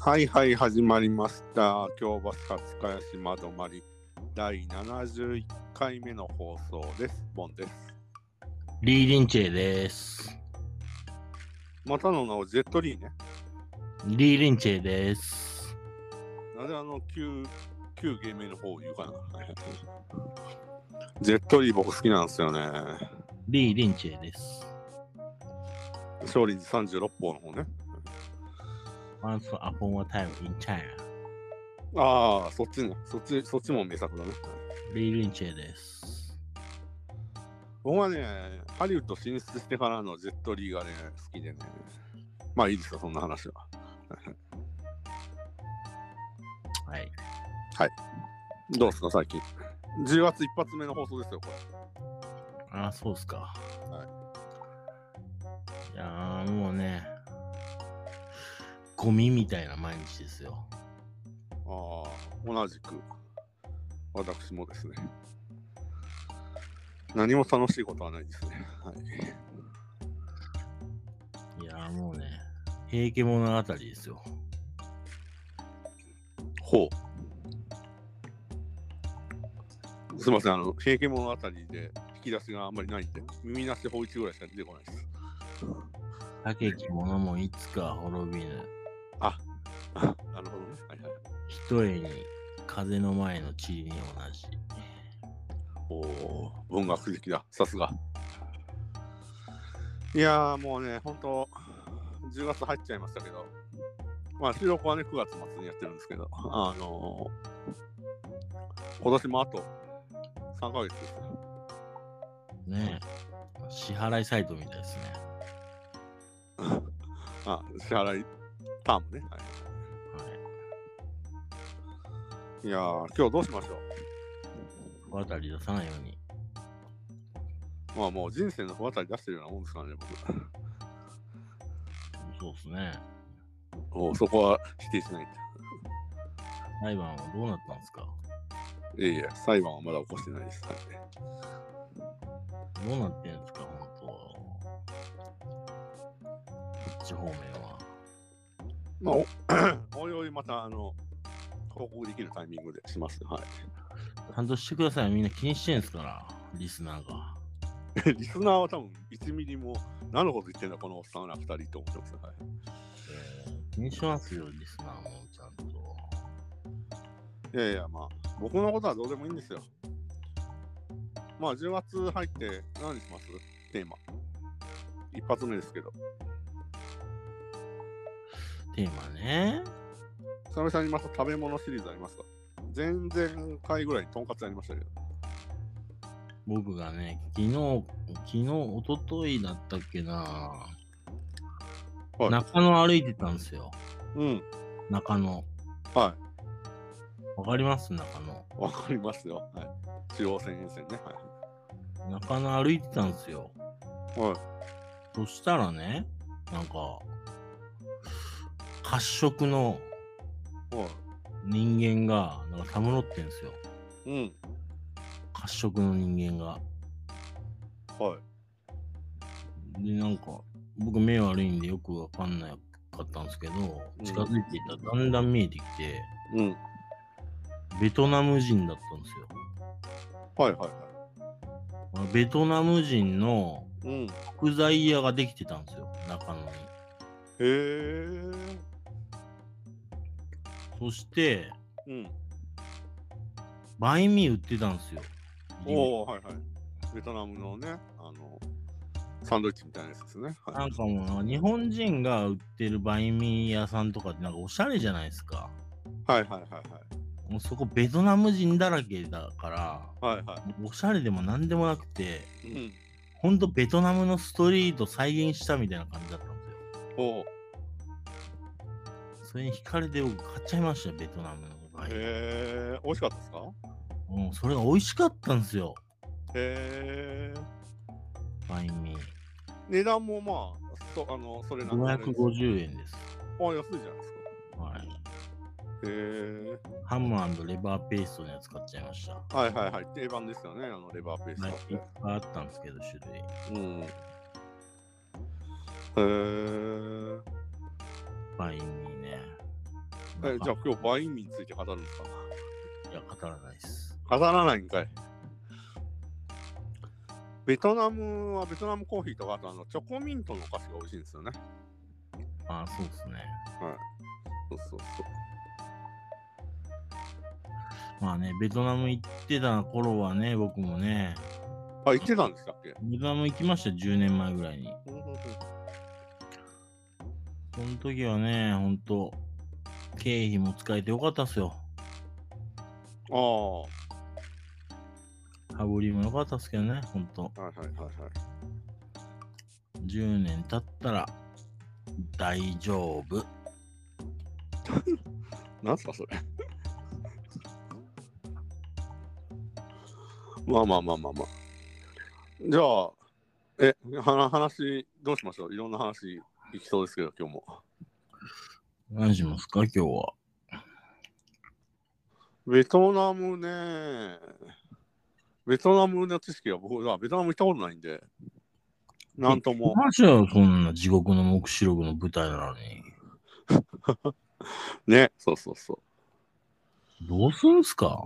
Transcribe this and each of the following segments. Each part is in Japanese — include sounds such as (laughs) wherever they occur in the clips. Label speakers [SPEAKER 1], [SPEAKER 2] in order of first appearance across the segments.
[SPEAKER 1] はいはい始まりました京橋勝茅島止まり第71回目の放送ですボンです
[SPEAKER 2] リー・リンチェです。
[SPEAKER 1] またの名をジェットリーね
[SPEAKER 2] リー・リンチェです。
[SPEAKER 1] なぜあの旧旧芸名の方を言うかなジェットリー僕好きなんですよね
[SPEAKER 2] リー・リンチェです。
[SPEAKER 1] 勝利寺36歩の方ね
[SPEAKER 2] Once upon a time in China。
[SPEAKER 1] ああそっちねそっちそっちも名作だね
[SPEAKER 2] リー・リンチェです。
[SPEAKER 1] 僕はねハリウッド進出してからのジェットリーがね好きでねまあいいですよそんな話は
[SPEAKER 2] はい。
[SPEAKER 1] どうすか最近10月一発目の放送ですよこれ
[SPEAKER 2] あ、そうっすか。。
[SPEAKER 1] はい
[SPEAKER 2] いやー、もうね、ゴミみたいな毎日ですよ。
[SPEAKER 1] ああ、同じく、私もですね。何も楽しいことはないですね。はい、
[SPEAKER 2] いやー、もうね、平家物語ですよ。
[SPEAKER 1] ほう。すみません、あの、平家物語で引き出しがあんまりないんで、耳なし法一ぐらいしか出てこないです。
[SPEAKER 2] 竹き物もいつか滅びぬ。
[SPEAKER 1] あ (laughs) なるほどね。はいはい。
[SPEAKER 2] ひとえに風の前の塵に同じ。
[SPEAKER 1] おお、文学的だ。さすが。いやー、もうね、本当10月入っちゃいましたけど、まあ、収録はね、9月末にやってるんですけど、あのー今年もあと3ヶ月ですね。
[SPEAKER 2] ねえ。支払いサイトみたいですね。
[SPEAKER 1] あ、支払いターンね。は
[SPEAKER 2] はい。
[SPEAKER 1] い、いやー、今日どうしましょう。
[SPEAKER 2] 渡たり出さないように。
[SPEAKER 1] まあ、もう人生の不渡り出してるようなもんですからね、僕。
[SPEAKER 2] そうですね。
[SPEAKER 1] おそこは否定しないんだ。
[SPEAKER 2] 裁判はどうなったんですか
[SPEAKER 1] いえいえ、裁判はまだ起こしてないです。はい
[SPEAKER 2] どうなってんですか本当は。こっち方面は。
[SPEAKER 1] まあ、おおいおいまたあの報告できるタイミングでします。は
[SPEAKER 2] ちゃんとしてください。みんな気にしてんすから、リスナーが。
[SPEAKER 1] い、リスナーは多分1ミリも何のこと言ってんだこのおっさんら2人と思ってます。はい、
[SPEAKER 2] えー気にしますよ、リスナーもちゃんと。
[SPEAKER 1] いやいや、まあ僕のことはどうでもいいんですよ。まあ10月入って何にしますテーマ。一発目ですけど。
[SPEAKER 2] テーマね。
[SPEAKER 1] 久々にまた食べ物シリーズありますか前々回ぐらいにとんかつやりましたけど。
[SPEAKER 2] 僕がね、昨日、昨日、一昨日だったっけな。
[SPEAKER 1] はい
[SPEAKER 2] 中野歩いてたんですよ。
[SPEAKER 1] うん。
[SPEAKER 2] 中野。
[SPEAKER 1] は
[SPEAKER 2] わかります中野。
[SPEAKER 1] い。わかりますよ。はい、中央線沿線ね。は
[SPEAKER 2] 中野歩いてたんですよ。
[SPEAKER 1] い。はい、
[SPEAKER 2] そしたらね、なんか、褐色の
[SPEAKER 1] はい。
[SPEAKER 2] 人間が、なんかたむろってんですよ。
[SPEAKER 1] うん。
[SPEAKER 2] 褐色の人間が。
[SPEAKER 1] はい。
[SPEAKER 2] で、なんか、僕目悪いんでよくわかんなかったんですけど、近づいていったらだんだん見えてきて、
[SPEAKER 1] うん。
[SPEAKER 2] ベトナム人だったんですよ
[SPEAKER 1] はいはいはい。。
[SPEAKER 2] あベトナム人の
[SPEAKER 1] うん。へ
[SPEAKER 2] 福材屋ができてたんですよ、中野に。
[SPEAKER 1] え。
[SPEAKER 2] そして、
[SPEAKER 1] うん。
[SPEAKER 2] バインミー売ってたんですよ。
[SPEAKER 1] おお、はいはい。ベトナムのね、あの、サンドイッチみたいなやつですね。
[SPEAKER 2] な
[SPEAKER 1] はい
[SPEAKER 2] ん。かもうなんか日本人が売ってるバインミー屋さんとかってなんかおしゃれじゃないですか。
[SPEAKER 1] はいはいはい
[SPEAKER 2] もうそこベトナム人だらけだから、
[SPEAKER 1] はい。はいは
[SPEAKER 2] おしゃれでも何でもなくて、
[SPEAKER 1] い。うん。
[SPEAKER 2] ほんとベトナムのストリート再現したみたいな感じだったんですよ。
[SPEAKER 1] おお。
[SPEAKER 2] それに惹かれて僕買っちゃいましたよ、ベトナムのバインミ
[SPEAKER 1] へ
[SPEAKER 2] ー。
[SPEAKER 1] え。美味しかったですか
[SPEAKER 2] うん、それが美味しかったんですよ、
[SPEAKER 1] へえ。
[SPEAKER 2] バインミー。
[SPEAKER 1] 値段もまあ、そあの、それなりのやつ
[SPEAKER 2] 550円です。
[SPEAKER 1] あ、安いじゃないですか。
[SPEAKER 2] はい。
[SPEAKER 1] へ
[SPEAKER 2] ハムレバーペーストのやつ買っちゃいました。
[SPEAKER 1] え。はいはいはい。定番ですよね、あの、レバーペース
[SPEAKER 2] はい
[SPEAKER 1] ト。
[SPEAKER 2] いっぱいあったんですけど、種類。
[SPEAKER 1] うん。へえ。
[SPEAKER 2] バインミーね。
[SPEAKER 1] えじゃあ今日バインミーについて語るんですか
[SPEAKER 2] いや、語らないです。
[SPEAKER 1] 語らないんかい。ベトナムはベトナムコーヒーとかあとあのチョコミントのお菓子が美味しいんですよね。
[SPEAKER 2] ああ、そうですね。
[SPEAKER 1] そうそう
[SPEAKER 2] まあね、ベトナム行ってた頃はね、僕もね、
[SPEAKER 1] そう。あ、行ってたんでしたっけ
[SPEAKER 2] ベトナム行きました、10年前ぐらいに。その時はね、ほんと、経費も使えてよかったっすよ。
[SPEAKER 1] ああ、は
[SPEAKER 2] 羽振りもよかったっすけどね、ほんと。
[SPEAKER 1] いはいはいはい。
[SPEAKER 2] 10年経ったら、大丈夫。
[SPEAKER 1] なんすかそれ。まあまあまあまあまあ。じゃあ、え、は話、どうしましょういろんな話いきそうですけど、今日も。
[SPEAKER 2] 何しますか、今日は。
[SPEAKER 1] ベトナムね、ベトナムの知識は僕はベトナム行ったことないんで、なんとも。
[SPEAKER 2] マジよ、そんな地獄の黙示録の舞台なのに。
[SPEAKER 1] ね、そうそうそう。
[SPEAKER 2] どうするんすか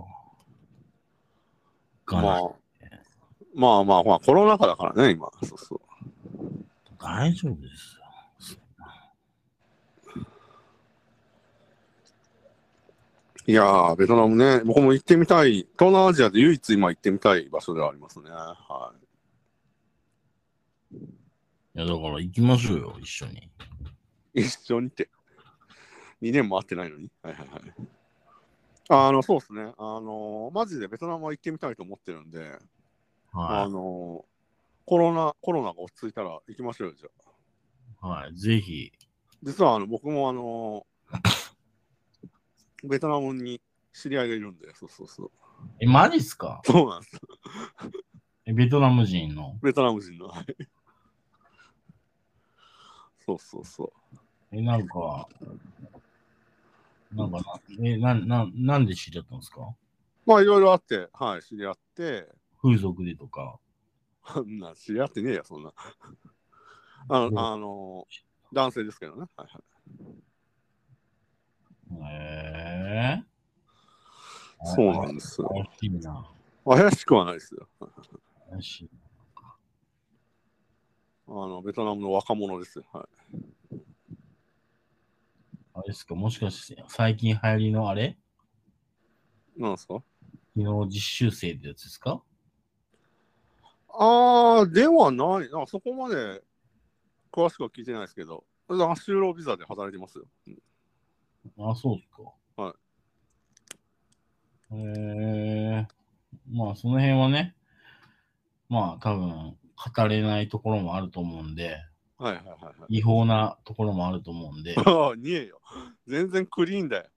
[SPEAKER 2] ガ
[SPEAKER 1] ま
[SPEAKER 2] ナ
[SPEAKER 1] あ、まあまあ、まあ、コロナ禍だからね、今。そうそう。
[SPEAKER 2] 大丈夫ですよ。
[SPEAKER 1] いやー、ベトナムね、僕も行ってみたい、東南アジアで唯一今行ってみたい場所ではありますね。はい
[SPEAKER 2] や、だから行きましょうよ、一緒に。
[SPEAKER 1] い。一緒にって。2年も会ってないのに。はいはいはい。あの、そうですね。あのーマジでベトナムは行ってみたいと思ってるんで、あ
[SPEAKER 2] は
[SPEAKER 1] のーコロナ、コロナが落ち着いたら行きましょうよ、じゃあ。
[SPEAKER 2] い。はい。ぜひ。
[SPEAKER 1] 実はあの僕もあの
[SPEAKER 2] (laughs)
[SPEAKER 1] ーベトナムに知り合いがいるんで、そうそうそう。
[SPEAKER 2] え、マジっすか
[SPEAKER 1] そうなんです。
[SPEAKER 2] えベトナム人の。
[SPEAKER 1] ベトナム人の。はいそうそうそう。
[SPEAKER 2] え、なんか、なんかな、え、な、な、なんで知り合ったんですか
[SPEAKER 1] まあいろいろあって、はい、知り合って、
[SPEAKER 2] 風俗でとか。
[SPEAKER 1] あんな知り合ってねえや、そんな。あ
[SPEAKER 2] うん
[SPEAKER 1] の、あの男性ですけどね。はいはい、
[SPEAKER 2] へえ
[SPEAKER 1] そうなんですよ。
[SPEAKER 2] 怪しいな。
[SPEAKER 1] 怪しくはないですよ。
[SPEAKER 2] 怪しい。
[SPEAKER 1] あの、ベトナムの若者ですよ。はい、
[SPEAKER 2] あれですか、もしかして、最近流行りのあれ
[SPEAKER 1] なんですか
[SPEAKER 2] 技能実習生ってやつですか
[SPEAKER 1] あー、ではない。あそこまで詳しくは聞いてないですけど、あ就労ビザで働いてますよ。うん
[SPEAKER 2] あ、そうですか。。
[SPEAKER 1] はい
[SPEAKER 2] えー、まあ、その辺はね、まあ、多分、語れないところもあると思うんで、
[SPEAKER 1] はいはいはいはい。、
[SPEAKER 2] 違法なところもあると思うんで
[SPEAKER 1] ああ、ねえよ。全然クリーンだよ。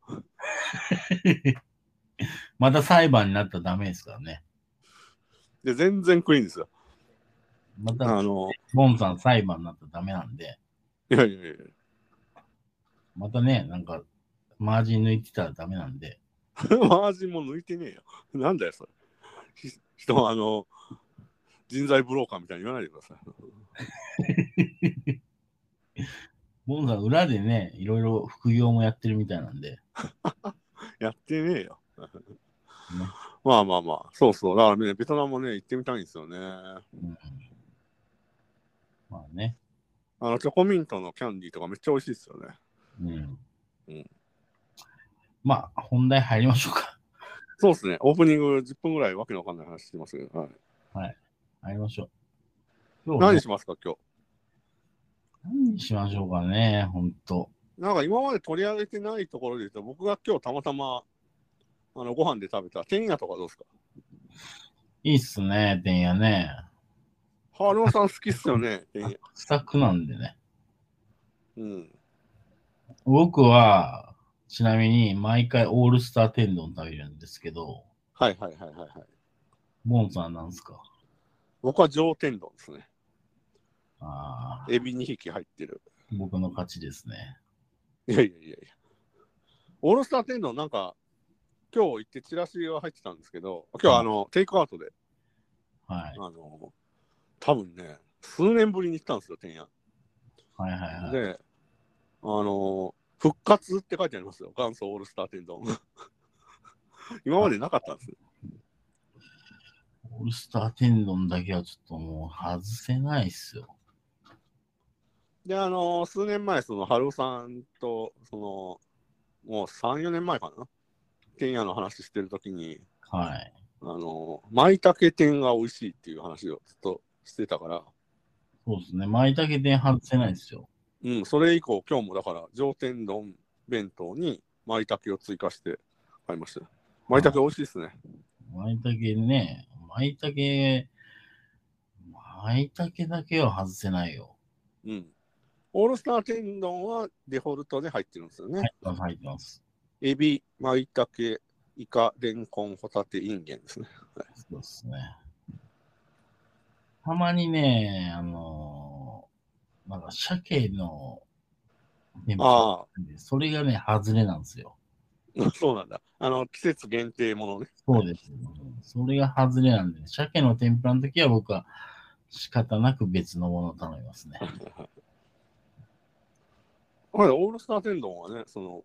[SPEAKER 2] また裁判になったらダメですからね。
[SPEAKER 1] で、全然クリーンですよ。
[SPEAKER 2] また、
[SPEAKER 1] あの、
[SPEAKER 2] ボンさん裁判になったらダメなんで、
[SPEAKER 1] いやいやいや。
[SPEAKER 2] またね、なんか、マージン抜いてたらダメなんで、
[SPEAKER 1] マージンも抜いてねえよ。なんだよ、それ。ひ人はあの、人材ブローカーみたいに言わないでください。
[SPEAKER 2] ボンさん裏でね、いろいろ副業もやってるみたいなんで、
[SPEAKER 1] やってねえよ。まあまあまあ、そうそう。だからね、ベトナムもね、行ってみたいんですよね。あ
[SPEAKER 2] うんまあね、
[SPEAKER 1] の、チョコミントのキャンディーとかめっちゃ美味しいですよね。
[SPEAKER 2] うん。
[SPEAKER 1] うん
[SPEAKER 2] まあ、本題入りましょうか。
[SPEAKER 1] そうですね。オープニング10分ぐらいわけのわかんない話してますけど、はい、
[SPEAKER 2] 入りましょう。今日ね
[SPEAKER 1] 何しますか、今日。
[SPEAKER 2] 何しましょうかね、ほんと。
[SPEAKER 1] なんか今まで取り上げてないところで言うと、僕が今日たまたま、あの、ご飯で食べた、テンヤとかどうですか
[SPEAKER 2] いいっすね、てんやね。
[SPEAKER 1] 春野さん好きっすよ (laughs) ね、テンヤ。
[SPEAKER 2] スタックなんでね。
[SPEAKER 1] うん。
[SPEAKER 2] 僕は、ちなみに毎回オールスター天丼食べるんですけど、
[SPEAKER 1] はいはいはいはいはい。
[SPEAKER 2] ボンさんなんすか
[SPEAKER 1] 僕は上天丼ですね。
[SPEAKER 2] ああ、
[SPEAKER 1] エビ2匹入ってる。
[SPEAKER 2] 僕の勝ちですね。
[SPEAKER 1] いやいやいやいや。オールスター天丼なんか、今日行ってチラシが入ってたんですけど、今日あの、テイクアウトで、
[SPEAKER 2] はい
[SPEAKER 1] あ。の、多分ね、数年ぶりに行ったんですよ、天野。
[SPEAKER 2] はいはいはい。
[SPEAKER 1] で、あの、復活って書いてありますよ。元祖オールスター天丼。 (laughs) 今までなかったんです。
[SPEAKER 2] オールスター天丼だけはちょっともう外せないっすよ。
[SPEAKER 1] で、あのー数年前、その、春尾さんと、その、もう3、4年前かな。天野の話してるときに、
[SPEAKER 2] はい。
[SPEAKER 1] あのー、舞茸天が美味しいっていう話をずっとしてたから、
[SPEAKER 2] そうですね。舞茸店外せないっすよ。
[SPEAKER 1] うん、それ以降、今日もだから、上天丼弁当に舞茸を追加して買いましたよ。舞茸美味しいですね。
[SPEAKER 2] 舞茸ね、舞茸、舞茸だけは外せないよ。
[SPEAKER 1] うん。オールスター天丼はデフォルトで入ってるんですよね。
[SPEAKER 2] はい、入ってます。
[SPEAKER 1] エビ、マイタケ、イカ、レンコン、ホタテ、インゲンですね。
[SPEAKER 2] そうですね。たまにね、あのーなんか鮭の天ぷら
[SPEAKER 1] あ
[SPEAKER 2] で、それがね、外れなんですよ。
[SPEAKER 1] あ、 (laughs) そうなんだ。あの、季節限定ものね。
[SPEAKER 2] そうです。それが外れなんで、鮭の天ぷらの時は僕は仕方なく別のものを頼みますね。
[SPEAKER 1] まだオールスター天丼はね、その、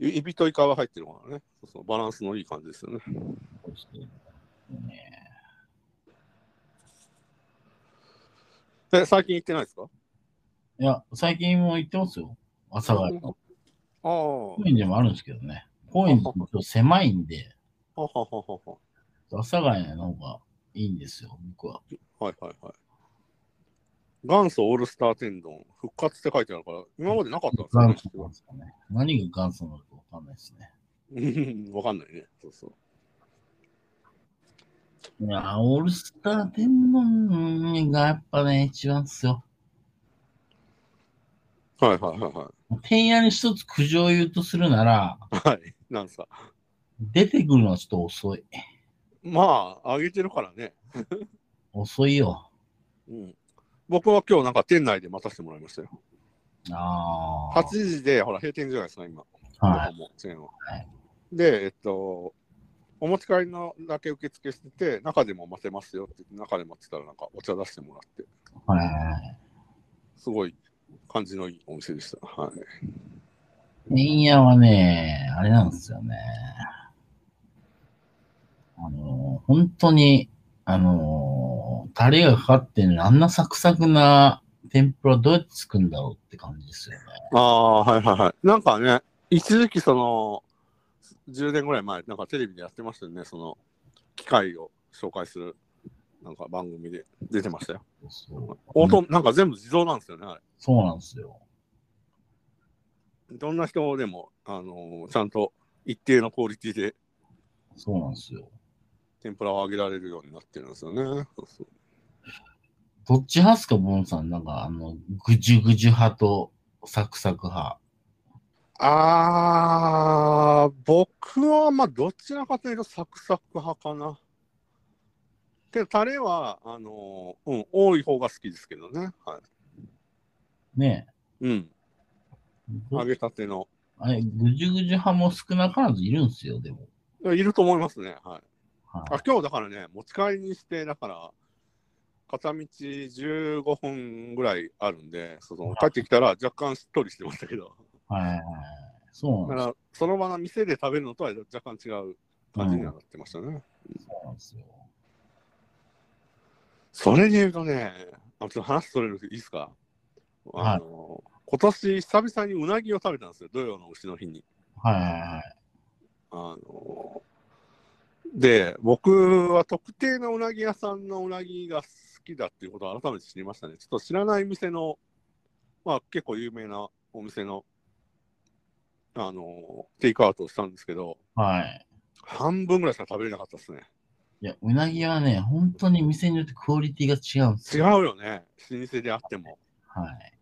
[SPEAKER 1] エエビとイカは入ってるからね。そうそうバランスのいい感じですよね。
[SPEAKER 2] そうですね
[SPEAKER 1] え、最近行ってないですか
[SPEAKER 2] いや、最近も行ってますよ。朝が。高
[SPEAKER 1] ああ。は
[SPEAKER 2] 円寺もあるんですけどね。高円寺もちょっと狭いんで、
[SPEAKER 1] はははは。
[SPEAKER 2] 阿佐ヶ谷の方がいいんですよ、僕は。
[SPEAKER 1] はいはいはい。元祖オールスター天丼、復活って書いてあるから、今までなかったん
[SPEAKER 2] 元
[SPEAKER 1] で
[SPEAKER 2] 祖
[SPEAKER 1] す
[SPEAKER 2] な
[SPEAKER 1] よ
[SPEAKER 2] んですかね。何が元祖なのかわかんないですね。
[SPEAKER 1] ね。うんわかんないね。そうそう。
[SPEAKER 2] いや、オールスター天丼がやっぱね、一番っすよ。
[SPEAKER 1] はいはいはいは
[SPEAKER 2] 天野に一つ苦情を言うとするなら、
[SPEAKER 1] い。はい。なんすか。
[SPEAKER 2] 出てくるのはちょっと遅い。
[SPEAKER 1] まあ、上げてるからね。
[SPEAKER 2] 遅いよ。
[SPEAKER 1] うん。僕は今日なんか店内で待たせてもらいましたよ。
[SPEAKER 2] ああ
[SPEAKER 1] 8。時で、ほら、閉店じゃないですか、今。
[SPEAKER 2] はい。
[SPEAKER 1] い。もうチェーンは
[SPEAKER 2] はい
[SPEAKER 1] で、えっと、お持ち帰りのだけ受付してて、中でも待てますよって言って、中で待ってたらなんかお茶出してもらって、
[SPEAKER 2] はいはい。
[SPEAKER 1] すごい感じのいいお店でした。はい。
[SPEAKER 2] 天野はね、あれなんですよね。あの、本当に、あの、タレがかかってんのにあんなサクサクな天ぷらどうやって作るんだろうって感じですよね。
[SPEAKER 1] ああ、はいはいはい。なんかね、一時期その、10年ぐらい前、なんかテレビでやってましたよね、その、機械を紹介する、なんか番組で出てましたよ。
[SPEAKER 2] そう
[SPEAKER 1] オート、なんか全部自動なんですよね、あれ。
[SPEAKER 2] そうなんですよ。
[SPEAKER 1] どんな人でも、あのーちゃんと一定のクオリティで
[SPEAKER 2] そうなんですよ。
[SPEAKER 1] 天ぷらを揚げられるようになってるんですよね。そうそう
[SPEAKER 2] どっち派っすか、ボンさん。なんか、あの、ぐじゅぐじゅ派とサクサク派。
[SPEAKER 1] あー、僕はまあどちらかというとサクサク派かな。けど、タレは、あのーうん、多い方が好きですけどね。はい。
[SPEAKER 2] ね
[SPEAKER 1] うん、
[SPEAKER 2] え。
[SPEAKER 1] 揚げたての。
[SPEAKER 2] あれ、ぐじゅぐじゅ派も少なからずいるんですよ、でも。
[SPEAKER 1] いやいると思いますね。はい。
[SPEAKER 2] はい
[SPEAKER 1] あ、今日だからね、持ち帰りにして、だから、片道15分ぐらいあるんで、その帰ってきたら若干しっとりしてましたけど。
[SPEAKER 2] はいはいはい。そう
[SPEAKER 1] だ
[SPEAKER 2] なん
[SPEAKER 1] か
[SPEAKER 2] です
[SPEAKER 1] ら、その場の店で食べるのとは若干違う感じにはなってましたね。
[SPEAKER 2] そうなんですよ。
[SPEAKER 1] それで言うとね、あちょっと話それるけどいいですか
[SPEAKER 2] はい
[SPEAKER 1] あの、今年久々にうなぎを食べたんですよ、土曜の牛の日に。
[SPEAKER 2] はいはいはい。
[SPEAKER 1] あので、僕は特定のうなぎ屋さんのうなぎが好きだっていうことを改めて知りましたね。ちょっと知らない店の、まあ結構有名なお店の、あのテイクアウトをしたんですけど、
[SPEAKER 2] はい。
[SPEAKER 1] 半分ぐらいしか食べれなかったですね。
[SPEAKER 2] いや、うなぎはね、本当に店によってクオリティが違うんです
[SPEAKER 1] 違う
[SPEAKER 2] よ。
[SPEAKER 1] よね、老舗であっても。
[SPEAKER 2] はい。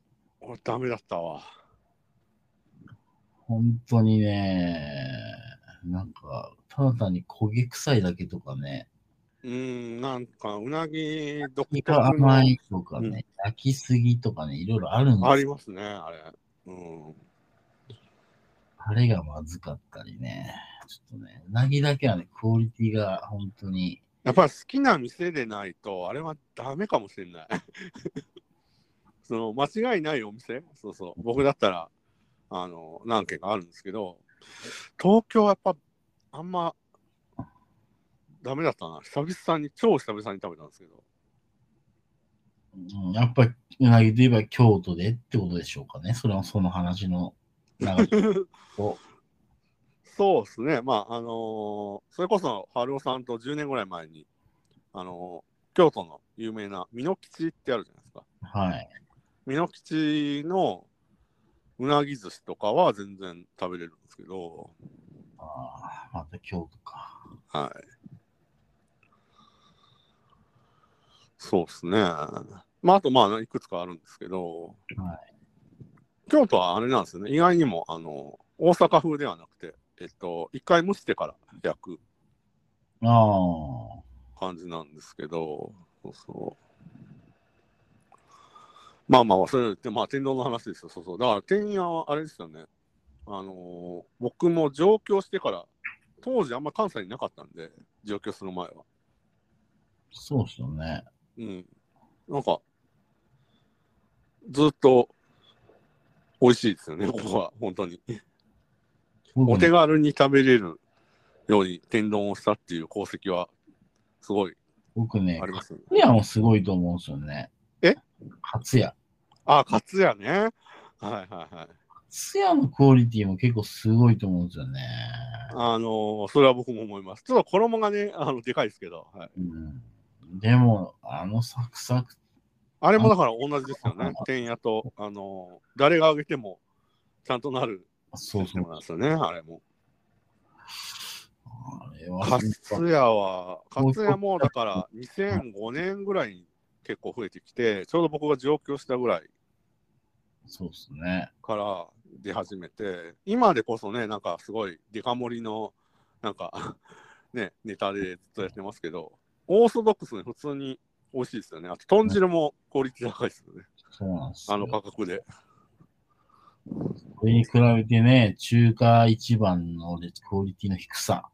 [SPEAKER 1] 俺、ダメだったわ。
[SPEAKER 2] 本当にね、なんか、ただ単に焦げ臭いだけとかね、
[SPEAKER 1] うーん、なんか、うなぎ独
[SPEAKER 2] 火
[SPEAKER 1] 特
[SPEAKER 2] が
[SPEAKER 1] の
[SPEAKER 2] 甘
[SPEAKER 1] あ
[SPEAKER 2] いとかね、焼きすぎとかね、いろいろあるんです
[SPEAKER 1] り
[SPEAKER 2] よ。
[SPEAKER 1] ますね、あれ。うん。
[SPEAKER 2] タレがまずかったりね。ちょっとね、うなぎだけはね、クオリティが本当に、
[SPEAKER 1] やっぱり好きな店でないと、あれはダメかもし (laughs) れない。その間違いないお店そうそう。僕だったら、あの何件かあるんですけど、東京はやっぱあんまダメだったな、久々に、超久々に食べたんですけど、
[SPEAKER 2] うんやっぱり、うなぎといえば京都でってことでしょうかね。それはその話の流
[SPEAKER 1] (laughs)
[SPEAKER 2] れを。
[SPEAKER 1] そうですね、まあ、あのーそれこそ春雄さんと10年ぐらい前に、あのー京都の有名な美濃吉ってあるじゃないですか。
[SPEAKER 2] はい。
[SPEAKER 1] 美濃吉のうなぎ寿司とかは全然食べれるんですけど、
[SPEAKER 2] ああ、また京都か。
[SPEAKER 1] はい。そうですね。まあ、あと、まあ、いくつかあるんですけど、
[SPEAKER 2] は
[SPEAKER 1] 京都はあれなんですよね。意外にも、あの、大阪風ではなくて、えっと、一回蒸してから焼く
[SPEAKER 2] ああ。
[SPEAKER 1] 感じなんですけど、そうそう。まあまあ、それで、まあ、天丼の話ですよ。そうそう。だから、天屋はあれですよね。あのー僕も上京してから、当時あんま関西になかったんで、上京する前は。
[SPEAKER 2] そうっすよね。
[SPEAKER 1] うん。なんか、ずっと、美味しいですよね、ここは、本当に。お手軽に食べれるように天丼をしたっていう功績は、すごい
[SPEAKER 2] 僕ね
[SPEAKER 1] あ、りますね。
[SPEAKER 2] 勝屋もすごいと思うんですよね。
[SPEAKER 1] え
[SPEAKER 2] 勝屋。
[SPEAKER 1] あ、カツヤね。はいはいはい。
[SPEAKER 2] 勝屋のクオリティも結構すごいと思うんですよね。
[SPEAKER 1] あのーそれは僕も思います。ちょっと衣がね、あの、でかいですけど、はい、
[SPEAKER 2] うん、でも、あのサクサク。
[SPEAKER 1] あれもだから同じですよ
[SPEAKER 2] (laughs)
[SPEAKER 1] ね。天屋と、あのー誰が揚げても、ちゃんとなる
[SPEAKER 2] そう
[SPEAKER 1] システ
[SPEAKER 2] そ
[SPEAKER 1] ム
[SPEAKER 2] う。
[SPEAKER 1] なんですよね、あれも。
[SPEAKER 2] あれは
[SPEAKER 1] カツヤは、カ
[SPEAKER 2] もう
[SPEAKER 1] ツヤもだから2005年ぐらいに結構増えてきて、ちょうど僕が上京したぐらい
[SPEAKER 2] そうですね。
[SPEAKER 1] から出始めて、今でこそね、なんかすごいデカ盛りの、なんか (laughs) ね、ネタでずっとやってますけど、オーソドックスに普通に美味しいですよね。あと豚汁もクオリティ高いですよね、
[SPEAKER 2] そうなんですよ。
[SPEAKER 1] あの価格で。
[SPEAKER 2] それに比べてね、中華一番のクオリティの低さ。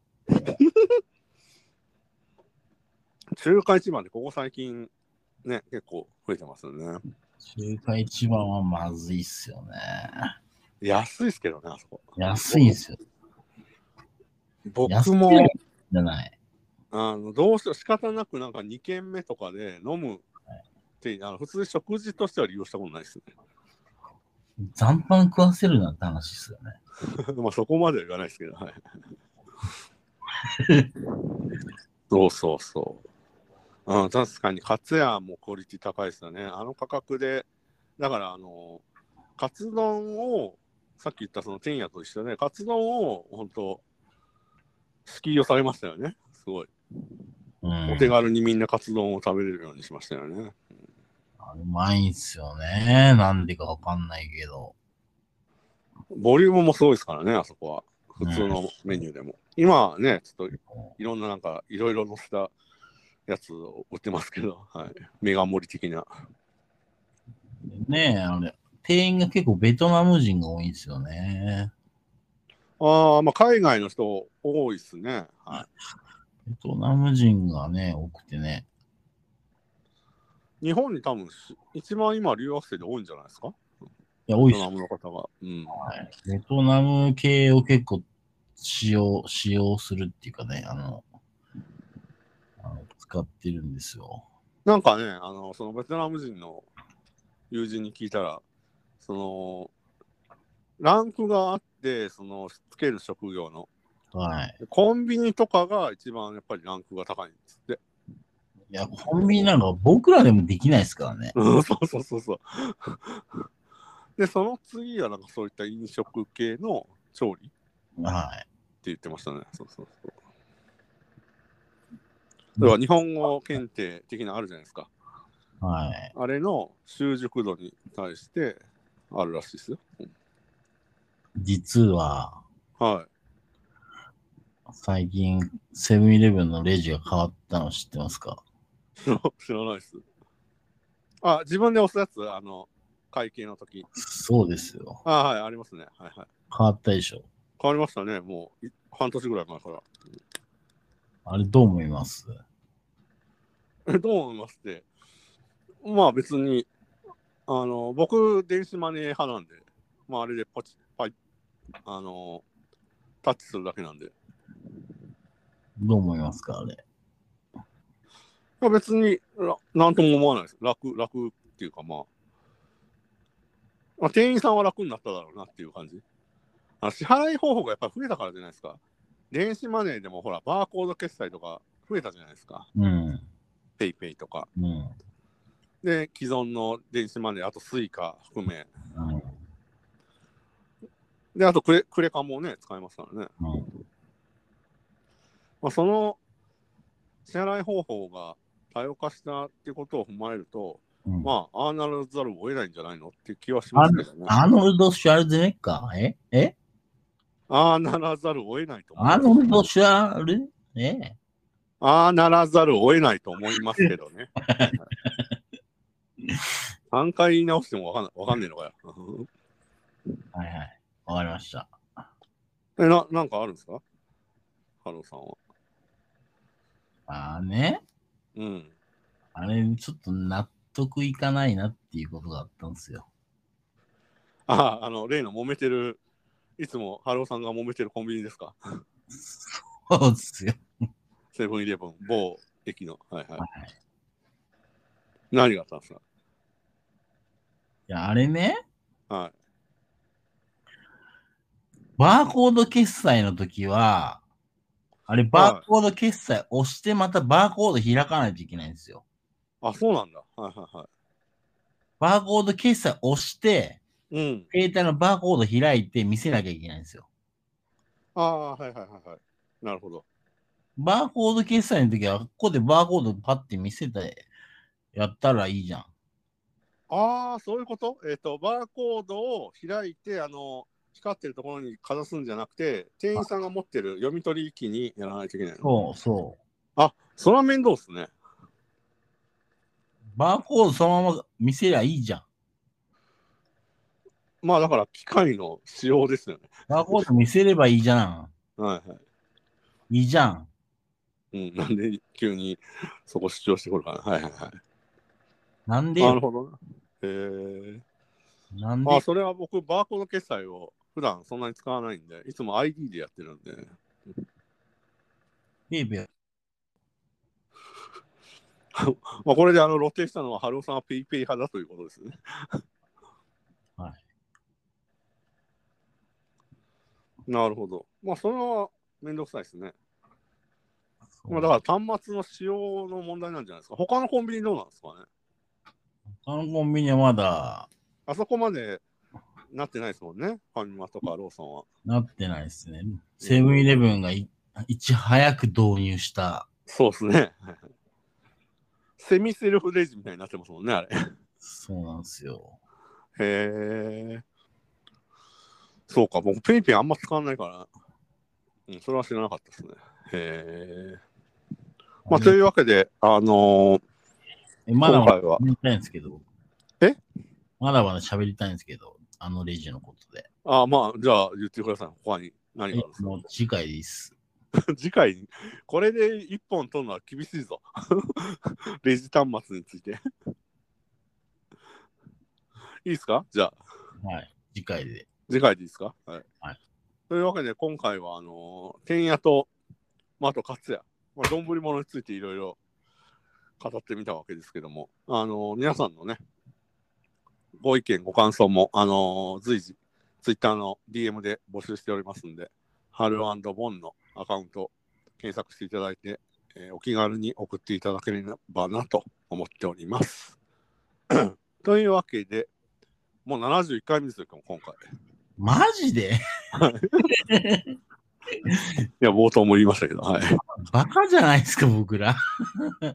[SPEAKER 1] 中華一番でここ最近ね、結構増えてますよね。
[SPEAKER 2] 中華一番はまずいっすよね。
[SPEAKER 1] 安いですけどね、あそこ。
[SPEAKER 2] 安いんすよ。
[SPEAKER 1] 僕も
[SPEAKER 2] 安いよじゃない。
[SPEAKER 1] あのどうしよう仕方なくなんか2軒目とかで飲むってあの普通に食事としては利用したことないですね。
[SPEAKER 2] 残飯食わせるなんて話っすよね。
[SPEAKER 1] (laughs) まあそこまでは言わないですけど、はい。 (laughs) そうそうそう。うん、確かに、カツヤもクオリティ高いですよね。あの価格で、だから、あの、カツ丼を、さっき言ったその天野と一緒で、カツ丼を、本当敷居をされましたよね。すごい。
[SPEAKER 2] うん、
[SPEAKER 1] お手軽にみんなカツ丼を食べれるようにしましたよね。
[SPEAKER 2] うまいんすよね。なんでかわかんないけど。
[SPEAKER 1] ボリュームもすごいですからね、あそこは。普通のメニューでも。今はね、ちょっといろんななんか、いろいろ載せたやつを売ってますけど、はい、メガ盛り的な。
[SPEAKER 2] ねえ、あれ、店員が結構ベトナム人が多いんですよね。
[SPEAKER 1] ああ、まあ海外の人多いですね。は
[SPEAKER 2] ベトナム人がね、多くてね。
[SPEAKER 1] い、日本に多分し、一番今、留学生で多いんじゃないですか
[SPEAKER 2] いや、多
[SPEAKER 1] ベ
[SPEAKER 2] いっ
[SPEAKER 1] ト
[SPEAKER 2] す
[SPEAKER 1] ナムの方が。うん。
[SPEAKER 2] はいベトナム系を結構使用、使用するっていうかね、あの、あの使ってるんですよ。
[SPEAKER 1] なんかね、あの、そのベトナム人の友人に聞いたら、その、ランクがあって、その、つける職業の。
[SPEAKER 2] はい。
[SPEAKER 1] コンビニとかが一番やっぱりランクが高いんですって。 (laughs)
[SPEAKER 2] いや、コンビニなんか僕らでもできないですからね。
[SPEAKER 1] うんそうそうそうそう。で、その次はなんかそういった飲食系の調理って
[SPEAKER 2] は
[SPEAKER 1] 言ってましたね。そうそうそう。だから日本語検定的なのあるじゃないですか。
[SPEAKER 2] い。はい。
[SPEAKER 1] あれの習熟度に対してあるらしいですよ。
[SPEAKER 2] 実は、
[SPEAKER 1] は
[SPEAKER 2] 最近、セブンイレブンのレジが変わったの知ってますか
[SPEAKER 1] い。知ら (laughs) 知らないです。あ、自分で押すやつ、あの、会計の時。
[SPEAKER 2] そうですよ。
[SPEAKER 1] あ、はい、ありますね。はいはい。
[SPEAKER 2] 変わったでしょ。
[SPEAKER 1] 変わりましたね。もうい半年ぐらい前から。
[SPEAKER 2] あれどう思います
[SPEAKER 1] え (laughs) どう思いますって。まあ別に、あの、僕、電子マネー派なんで、まああれでパチパイあのタッチするだけなんで。
[SPEAKER 2] どう思いますかあれ。
[SPEAKER 1] まあ、別にらなんとも思わないです。楽、楽っていうかまあ。まあ、店員さんは楽になっただろうなっていう感じ。あの支払い方法がやっぱり増えたからじゃないですか。電子マネーでもほら、バーコード決済とか増えたじゃないですか。
[SPEAKER 2] うん。
[SPEAKER 1] ペイペイとか。
[SPEAKER 2] うん。
[SPEAKER 1] で、既存の電子マネー、あとスイカ含め。
[SPEAKER 2] うん
[SPEAKER 1] で、あとクレクレカもね、使えますからね。
[SPEAKER 2] うん
[SPEAKER 1] まあ、その支払い方法が多様化したっていうことを踏まえると、
[SPEAKER 2] うん
[SPEAKER 1] まあ、ああならざるを得ないんじゃないのっていう気はしますけどね。
[SPEAKER 2] アーノルド・シュワルツェネッガーええ
[SPEAKER 1] ああならざるを得ないと思い
[SPEAKER 2] アー
[SPEAKER 1] ます。
[SPEAKER 2] ノルド・シュワルえ
[SPEAKER 1] ああならざるを得ないと思いますけどね。3回言い直してもわかんないわかんねえのかよ。 (laughs)
[SPEAKER 2] はいはい。わかりました。
[SPEAKER 1] え、な、なんかあるんですかハローさんは。
[SPEAKER 2] あーね。
[SPEAKER 1] うん。
[SPEAKER 2] あれ、ちょっと納得いかないなっていうことがあったんですよ。
[SPEAKER 1] ああ、あの、例の揉めてる、いつもハローさんが揉めてるコンビニですか
[SPEAKER 2] そうですよ。
[SPEAKER 1] セブンイレブン、某駅の。はいはい。
[SPEAKER 2] はい。
[SPEAKER 1] 何があったんですか
[SPEAKER 2] いや、あれね、
[SPEAKER 1] は
[SPEAKER 2] バーコード決済の時は、あれ、バーコード決済押してまたバーコード開かないといけないんですよ。
[SPEAKER 1] あ、そうなんだ。はいはいは
[SPEAKER 2] バーコード決済押して、
[SPEAKER 1] い。うん。
[SPEAKER 2] 携帯のバーコード開いて見せなきゃいけないんですよ。
[SPEAKER 1] ああ、はいはいはいはい。なるほど。
[SPEAKER 2] バーコード決済の時は、ここでバーコードパッて見せて、やったらいいじゃん。
[SPEAKER 1] ああ、そういうことえっ、と、バーコードを開いて、あの、光ってるところにかざすんじゃなくて、店員さんが持ってる読み取り機にやらないといけないの。
[SPEAKER 2] そうそう。
[SPEAKER 1] あ、それは面倒っすね。
[SPEAKER 2] バーコードそのまま見せりゃいいじゃん。
[SPEAKER 1] まあだから、機械の使用ですよね。
[SPEAKER 2] バーコード見せればいいじゃん。
[SPEAKER 1] はいはい
[SPEAKER 2] いいじゃん。。
[SPEAKER 1] うん、なんで急にそこ主張してくるかな。はいはいはい。
[SPEAKER 2] なんで
[SPEAKER 1] なる
[SPEAKER 2] よ
[SPEAKER 1] ほどな。へえ
[SPEAKER 2] なんで
[SPEAKER 1] まあ、それは僕、バーコード決済を普段そんなに使わないんで、いつも ID でやってるんで。
[SPEAKER 2] ペイペイ
[SPEAKER 1] まあ、これであの露呈したのは、春尾さんはペイペイ派だということですね。。
[SPEAKER 2] (laughs) はい
[SPEAKER 1] なるほど。まあ、それはめんどくさいですね。
[SPEAKER 2] そう
[SPEAKER 1] まあ、だから端末の使用の問題なんじゃないですか。他のコンビニどうなんですかね。
[SPEAKER 2] 他のコンビニはまだ
[SPEAKER 1] あそこまでなってないですもんね。ファミマとかローソンは。
[SPEAKER 2] なってないですね。セブンイレブンがいいち早く導入した。
[SPEAKER 1] そうですね。セミセルフレジみたいになってますもんね、あれ。
[SPEAKER 2] そうなんですよ。
[SPEAKER 1] へえ。そうか、僕、ペイペイあんま使わないから、うん、それは知らなかったですね。へえ。まあ、というわけで、あのー
[SPEAKER 2] えまだまだ
[SPEAKER 1] 今回は
[SPEAKER 2] 喋りたいんですけど。
[SPEAKER 1] え
[SPEAKER 2] まだまだ喋りたいんですけど、あのレジのことで。
[SPEAKER 1] あまあ、じゃあ、言ってください。他に何があるんですか
[SPEAKER 2] もう次回です。
[SPEAKER 1] 次回に、これで一本取るのは厳しいぞ。 (laughs) レジ端末について。いいですかじゃあ、
[SPEAKER 2] はい。次回で。
[SPEAKER 1] 次回でいいですかはい。
[SPEAKER 2] はい
[SPEAKER 1] というわけで、今回は、あのー、てんやと、まあ、あと、かつや、まあ、丼物についていろいろ語ってみたわけですけども、あのー皆さんのね、ご意見、ご感想も、あのー随時、ツイッターの DM で募集しておりますんで、ハルボンのアカウント、検索していただいて、えーお気軽に送っていただければなと思っております。 (clears throat) というわけで、もう71回目ですよ、今回。
[SPEAKER 2] マジで
[SPEAKER 1] いや、冒頭も言いましたけど、はい。
[SPEAKER 2] バカじゃないですか、僕
[SPEAKER 1] (laughs)
[SPEAKER 2] ら。マ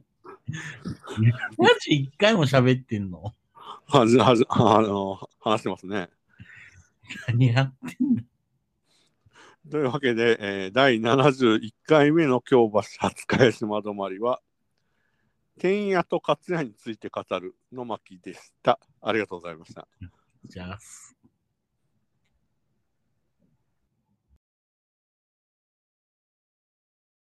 [SPEAKER 2] ジ一回も喋ってんの
[SPEAKER 1] はじ、はじ、あの、話してますね。
[SPEAKER 2] 何やって
[SPEAKER 1] というわけで、えー第71回目の京橋初返しまどまりは、天野と勝也について語るの巻でした。ありがとうございました。
[SPEAKER 2] んじゃあ。